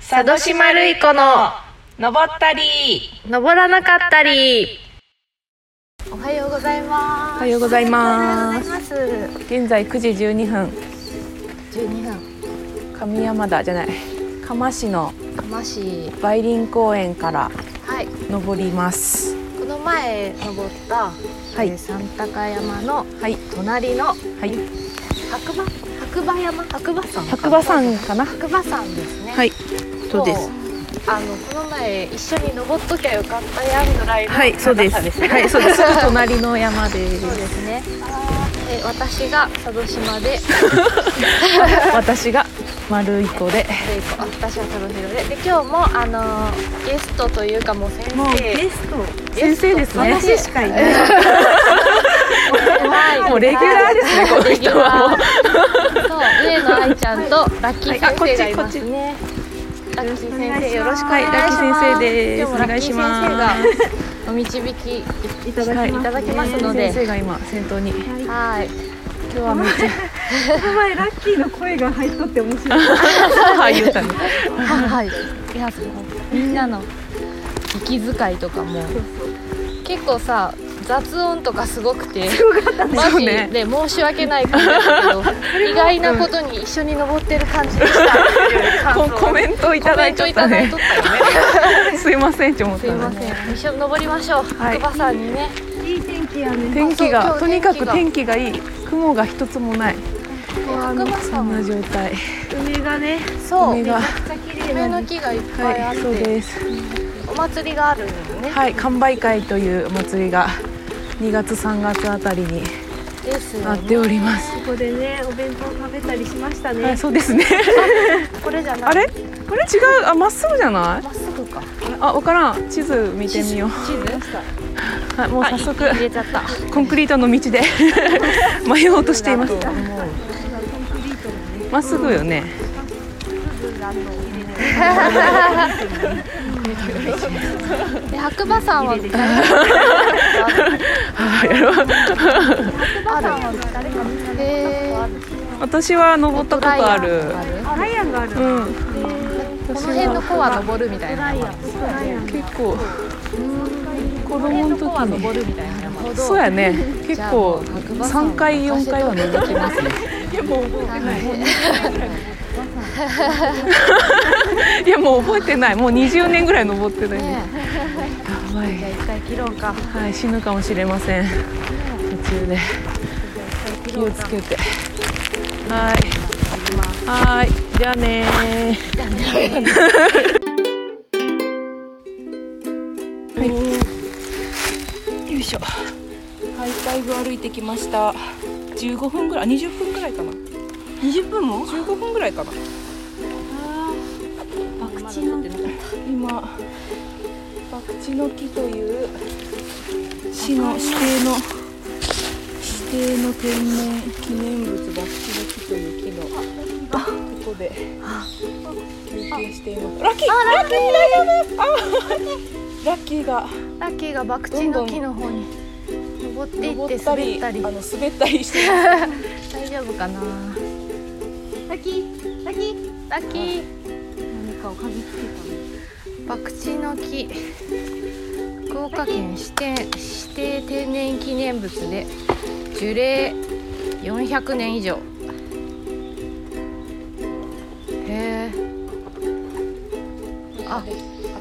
佐渡島るい子の登ったり登らなかったりおはようございます。おはようございますおはようございます。現在9時12分十二分、上山田じゃない釜市の釜市。梅林公園からはい。こ登りますの前登った、はいえー三鷹山のはい隣のはい白馬白馬山白馬山かな白馬山かな白馬山ですね。。はいいそうです。あのこの前一緒に登っときゃよかったやんぐらいのはいそうです高さはい そうです隣の山でそうですね。えー私が佐渡島で、私が丸い子ででこ私は佐渡島で、で今日もあのーゲストというかもう先生。スト先生ですね私しかいないはいもうレギュラーですねこの人はもうそう、上野愛ちゃんとラッキー先生がいますね。ねラッキー先生よろしくおはい願いラッします。キー先生で今す日おもラ願ッいキしーま先生がお導きいすいただきただきますので先、生が今先頭 にはい。今日はめっちゃ前ラッキーの声が入っとって面白い母言うたねはい。いや、そうみんなの息遣いとかも結構さ、雑音とかすごくて、マそうジねで申し訳ない感じだったけど、意外なことに一緒に登ってる感じでしたっていう感想ココメントいただいちゃったコメねントいただいとったよね。すいませんって思っすいたまねせん、一緒に登りましょう、はい白馬山にね。いい天気やね天気がそうと今に日かく天天気がいい雲が一つもない白馬そんな山状態梅がねそう、梅梅がめっちゃ綺麗なの木がいっぱいあはっいて、そうですお祭りがあるんだよね。はい完売会というお祭りが2月3月あたりにですよなっね。ておりますここでねお弁当食べたりしましたね、はいそうですねこれじゃな い。あれこれ違うあまっすぐじゃないまっすぐか。あわからん地図見てみよ地図。うはいもう早速入れちゃった。コンクリートの 道で迷おうとしていますまっすぐよね、で、白馬山は。白 馬山は誰か見たこと私は登ったことあるある。あライアンがあるうんこの辺の子は登るみたいな。ライアン結構子供の時にるみたいな山。そうやね結構3回4回はね登ってきますね。 いやもう覚えてないもう20年ぐらい登ってないねねやばじゃあい、一回切ろうか。はい、死ぬかもしれません途中で気をつけてはいはいじゃあねーはいよいしょハイタイブ歩いてきました15分ぐらいあ20分ぐらいかな20分も15分ぐらいかなバクチの今バクチの木という市の指定の指定の天然記念物バクチの木という木のここで休憩していますラッキーラッキー大丈夫あラッキーがラッキーがバクチの木の方に登ってい登っってた滑りったりあの滑ったりして ます大丈夫かなラッキーラッキーラッキー何かを嗅ぎつけたバクチの木福岡県指定指定天然記念物で樹齢400年以上へえあ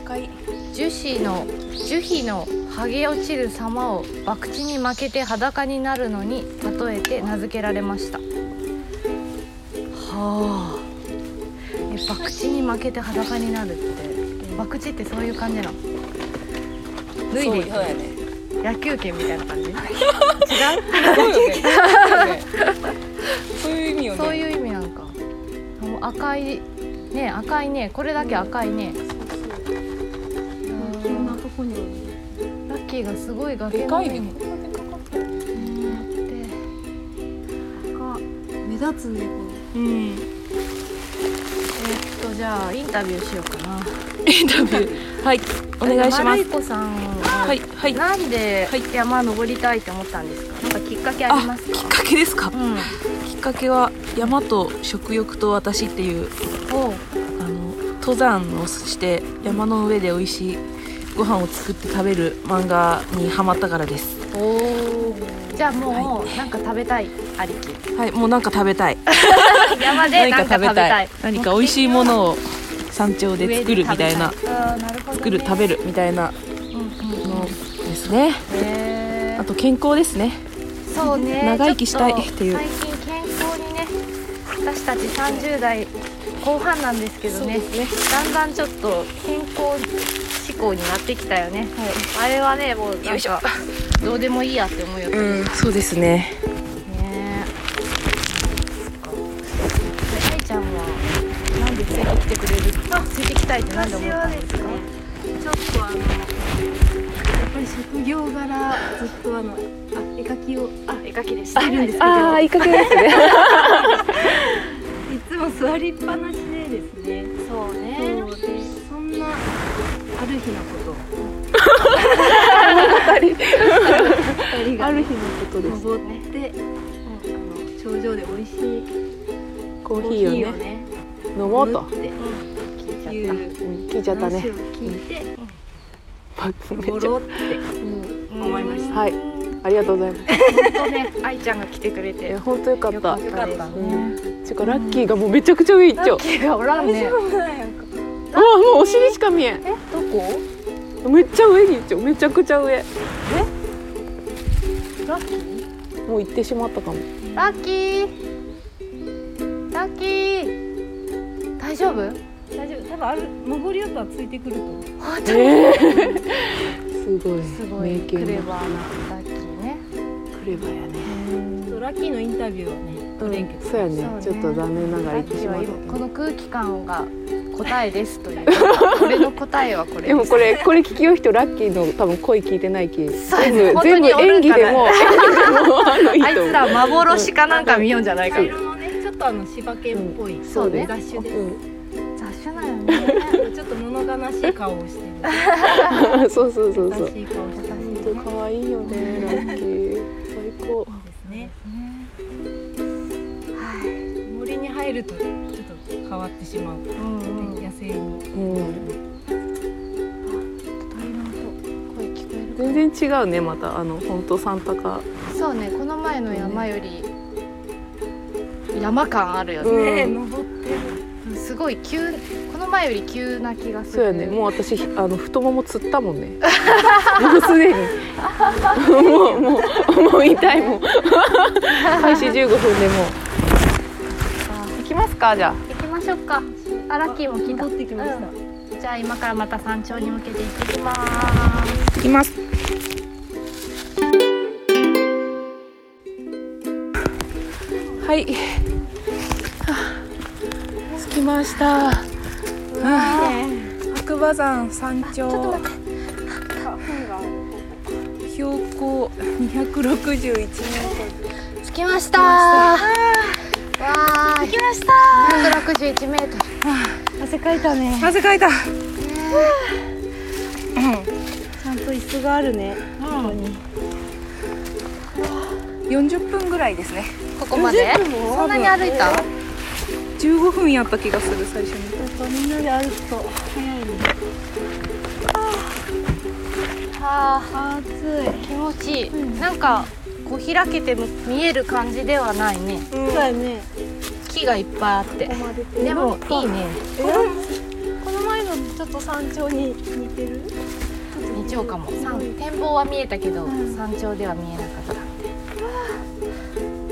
赤い樹脂の樹皮の剥げ落ちる様を博打に負けて裸になるのに例えて名付けられましたはあえ博打に負けて裸になるって博打ってそういう感じなの脱いそでいうくそうやね野球拳みたいな 感じそうよねそうよねそういう意味よね そういう意味なんかもう赤いね赤いねこれだけ赤いね、こんなとこにラッキーがすごい崖でかのい上ねにこんなでかかったうんやってが目立つねうんえっとじゃあインタビューしようかなインタビ ューはいお願いしままるいすこさんははいはいなんではい山登りたいと思ったんですかなんかきっかけありますきっかかけですかうんきっかけは「山と食欲と私」っていうおうあの登山をして山の上で美味しいご飯を作って食べる漫画にハマったからですおおじゃあもう、なんか食べたいありきはいもうなんか食べたい山で何なんかか食べ食たべたいい何か美味しいもをのを山頂で作るみたいなあーなるほどね作る食べるみたいなうんうんうんのですねへあーと健康ですねそうね長生きしたいっていうちょと最近健康にね私たち30代後半なんですけどねだんだんちょっと健康志向になってきたよね、あれはねもうなんかよいしょどうでもいいやって思うよねうんそうですねねそっかで愛ちゃんはなんでついてきてくれるついてきたいってなんで思ったんですかちょっとあのやっぱり職業柄ずっとあのあ絵描きをあ絵描きでししてるんですけどあいかけですねいつも座りっぱなしでですねそうねそうでそんなある日のこと 二人がある日のことです登って、あの頂上で美味しいココーーヒヒーをーをねね飲もうと飲むって聞いちゃいっううん聞いちゃったね話を聞いてパクめっちゃボロってうんた思いましたはいありがとうございます本当ね愛ちゃんが来てくれてえ本当よかっよたかったですねうんてかラッキーがもうめちゃくちゃ上行っちゃう気がおらんねうわもうお尻しか見えんえどこめっちゃ上に行っちゃうめちゃくちゃ上ラッキーもう行ってしまったかもラッキーラッキー大丈夫大丈夫多分ある登り音はついてくると思う本当にえーすごいすごいクレババーなラッキーねクレバーやねちょっとラッキーのインタビューはね取れんけど、そうやねそうねちょっと残念ながら行ってしまったけこどの空気感が答えですという俺の答えはこれでもこれこれ聞きよう人ラッキーの多分声聞いてないきそうや全ね部本当全部におる演んか技なでも演技でもあのいいあいとつ思うら幻かなんか見ようんじゃないか茶色のねちょっとあの芝犬っぽい、うんそうね雑種でう雑種だよねちょっと物悲しい顔をしてるんそうそうそうそう悲しい顔してる本当可愛いよねラッキー最高ですね森に入るとちょっと変わってしまう、うんうん野生にうん鳥の音声聞こえるかな全然違うねまたあの本当サンタかそうねこの前の山より山感あるよね、ね、うん登ってるすごい急この前より急な気がすそうるやねもう私あの太ももつったもんねもうすでにもうもうもう痛いもん開始15分でもう行きますかじゃあ行きましょうかあラッキーも来た戻ってきました、じゃあ今からまた山頂に向けて行ってきます。行きますはいはあ着きましたああ白馬山山頂標高261メートル着きました。わあ、着きました。百六十一メート汗かいたね汗かいたちゃんと椅子があるね40分ぐらいですねル。ここまで。全部もうそんなに歩いた。 15分やった気がする最初にやっぱみんなで歩くと早いねあ暑あ、い気持ちいい。なんか、こう開けても見える感じではないね。そうだよね木がいっぱいあって。まででも、いいね。この前のちょっと山頂に似てる二丁かも。山展望は見えたけど、山頂では見えなかっ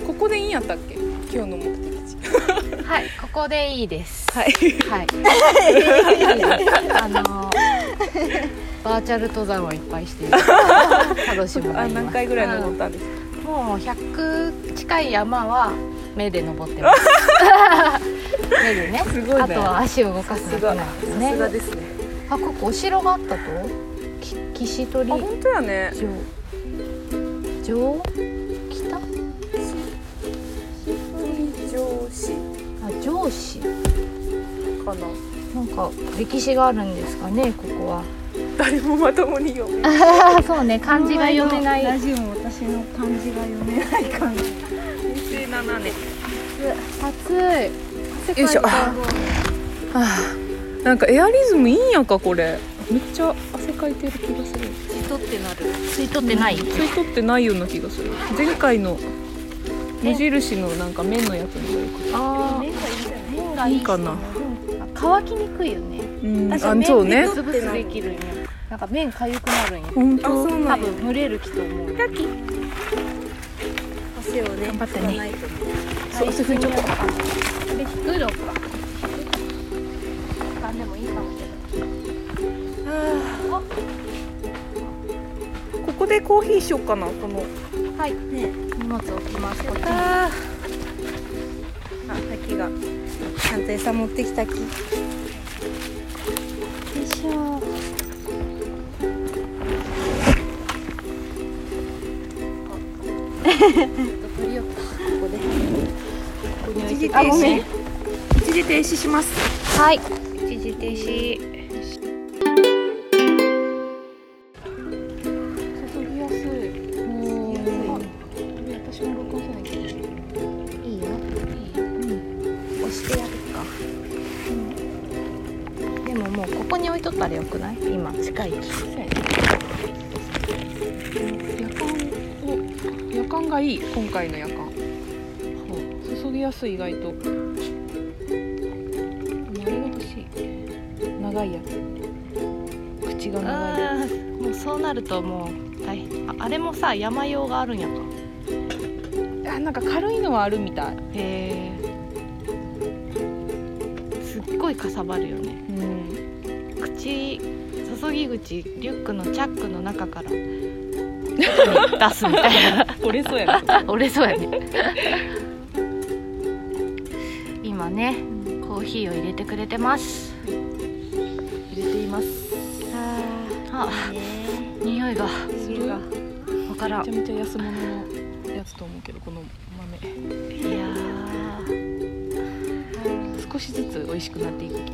ここでいいんやったっけ今日の目的地た。はい、ここでいいです。はいはい。あのバーチャル登山をいっぱいしている楽しみあ何回ぐらい登っったんですかたもう100近い山は目で登っ てます目でねすごいねあとは足を動かすだけなんですねですねあここお城があったとき岸取あ本当やね城城北あ上司城市かななんか歴史があるんですかねここは誰もまともに読めないあそうね漢字が読めないラジオも私の漢字が読めない感じ平成7年暑いよいしょはあなんかエアリズムいいんやかこれめっちゃ汗かいてる気がする吸い取ってなる吸い取ってない、吸い取ってないような気がする前回の無印のなんか麺のやつの方がよかっあ麺がいいじゃない麺たがいいかな乾きにくいよねうんあ確かにそうね麺つぶすできるんやなんか麺かゆくなるんや本当あそ多うなんや分蒸れる気と思うよ汗をね頑張ってね吸わないとそうす拭いちょこで引くのかあでもいいかもしれないここでコーヒーしようかなこのはいね荷物置きますこっちにああ、滝がちゃんと餌持ってきた木よいしょ取りようここでここに置いてあごめん一時停止しますはい一時停止注ぎやすい私も録音しないけどいいよ押してやるか、でももうここに置いとったらよくない今近い位置夜間を夜間がいい今回の夜間注ぎやすい意外とあれが欲しい長いやつ口が長いやあーもうそうなるともう大変ああれもさ山用があるんやかつあなんか軽いのはあるみたいへえすっごいかさばるよねうん口注ぎ口リュックのチャックの中から外に出すみた いな折れそうやな折れそうやね今ねコーヒーを入れてくれてます 入れていますあね匂いが家がわからんめちゃめちゃ安物のやつと思うけどこの豆いやー少しずつ美味しくなっていく気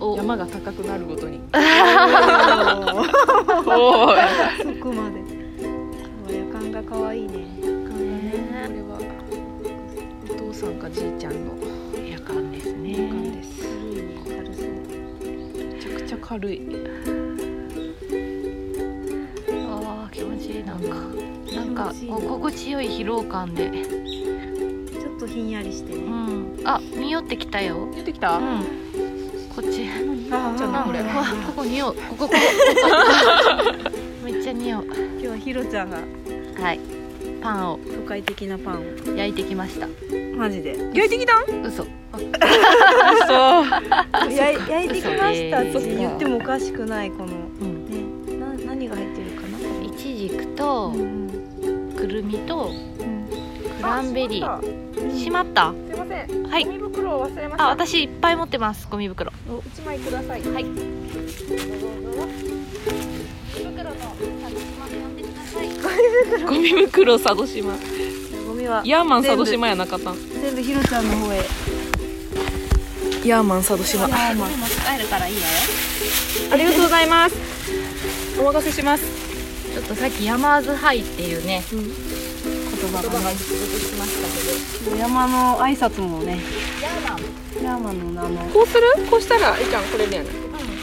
お山が高くなるごと にそこまで今日は夜間が可愛いねこねれはお父さんかじいちゃんの夜間ですね時間ですいいね軽そうめちゃくちゃ軽いあー気持ちいいなんかなんか気持ちいいこう心地よい疲労感でちょっとひんやりしてうねんあ匂ってきたよ出てきうたんこっちあじゃあなんこれかわここ匂うここここめっちゃ匂う今日はひろちゃんがはいパンを都会的なパンを焼いてきましたマジで焼いてきたん嘘そうやい焼いてきましたってそっか言ってもおかしくないこのうんねな何が入ってるかなこイチジクとれうんくるみとうんクランベリーあししまったまったすいませんはいゴミ袋を忘れましあた私いっぱい持ってますゴミ袋一枚くださいはいゴミ袋とサブスマ呼んでくだ さいゴミ袋佐渡島ゴミはヤーマン全佐部渡島やなかったん全部ひろちゃんの方へヤーマン佐渡島あもう持ち帰るからいいわよりがとうございますお任せしますちょっとさっきヤマーズハイっていうねうん言葉がね出てきました山の挨拶もねけどヤーマンヤーマンの名前こうするこうしたらえいちゃんこれだよね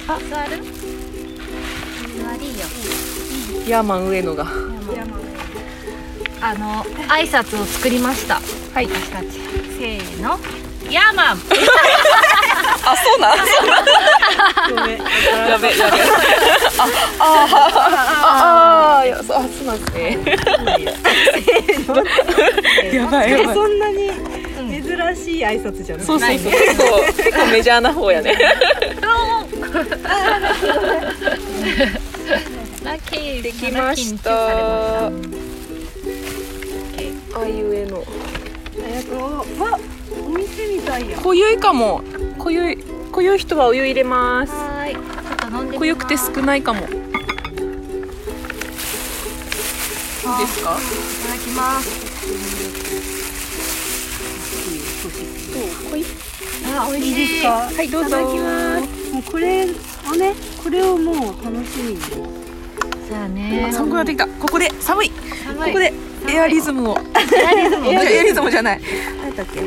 あ、座る座りよヤーマン上野がヤーマあンの、挨拶を作りましたはい、私たちせーのヤーマンあそうなんごめんやべやべああああそうあそうなんですねやばいやばいそんなにうん珍しい挨拶じゃないそうそうそう結構結構メジャーな方や ねラッキーできましたラッキーにチューされましあいうえの早くおわお店みたいや濃ゆいかも濃ゆい濃ゆい人はお湯入れますたはーい、ちょっと飲んでみます濃ゆくて少ないかもいいですかいただきます濃いあ、美味いいですかはいどうぞいただきますもうこれをねこれをもう楽しみにじゃあねあ寒くなってきたここで寒い寒こいこでエアリズムをいやエアリズムじゃない何だっけ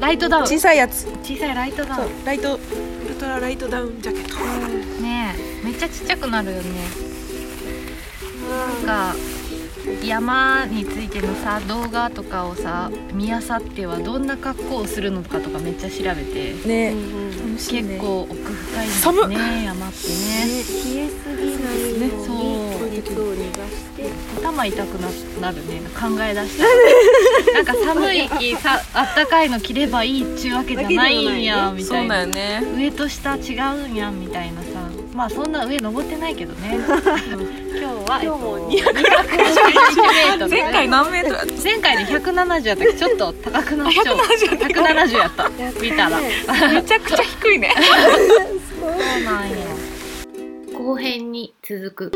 ライトダウン小さいやつ小さいライトダウンライトウルトララライトダウンジャケットねえめっちゃちっちゃくなるよねなんか山についてのさ動画とかをさ見あさってはどんな格好をするのかとかめっちゃ調べてね、うん結結構構奥深いんです寒っね山ってね冷えすぎないようにそう熱を逃がして頭痛くななるね考え出したなんか寒い日さあったかいの着ればいいっちゅうわけじゃないんやみたそういだなよね上と下違うんやみたいなさまあそんな上登ってないけど ね今日は今日も261メートル前回何メートルだっ前回で170やったけどちょっと高くなっち ゃう170やった見たらためちゃくちゃ低いねそうなんや後編に続く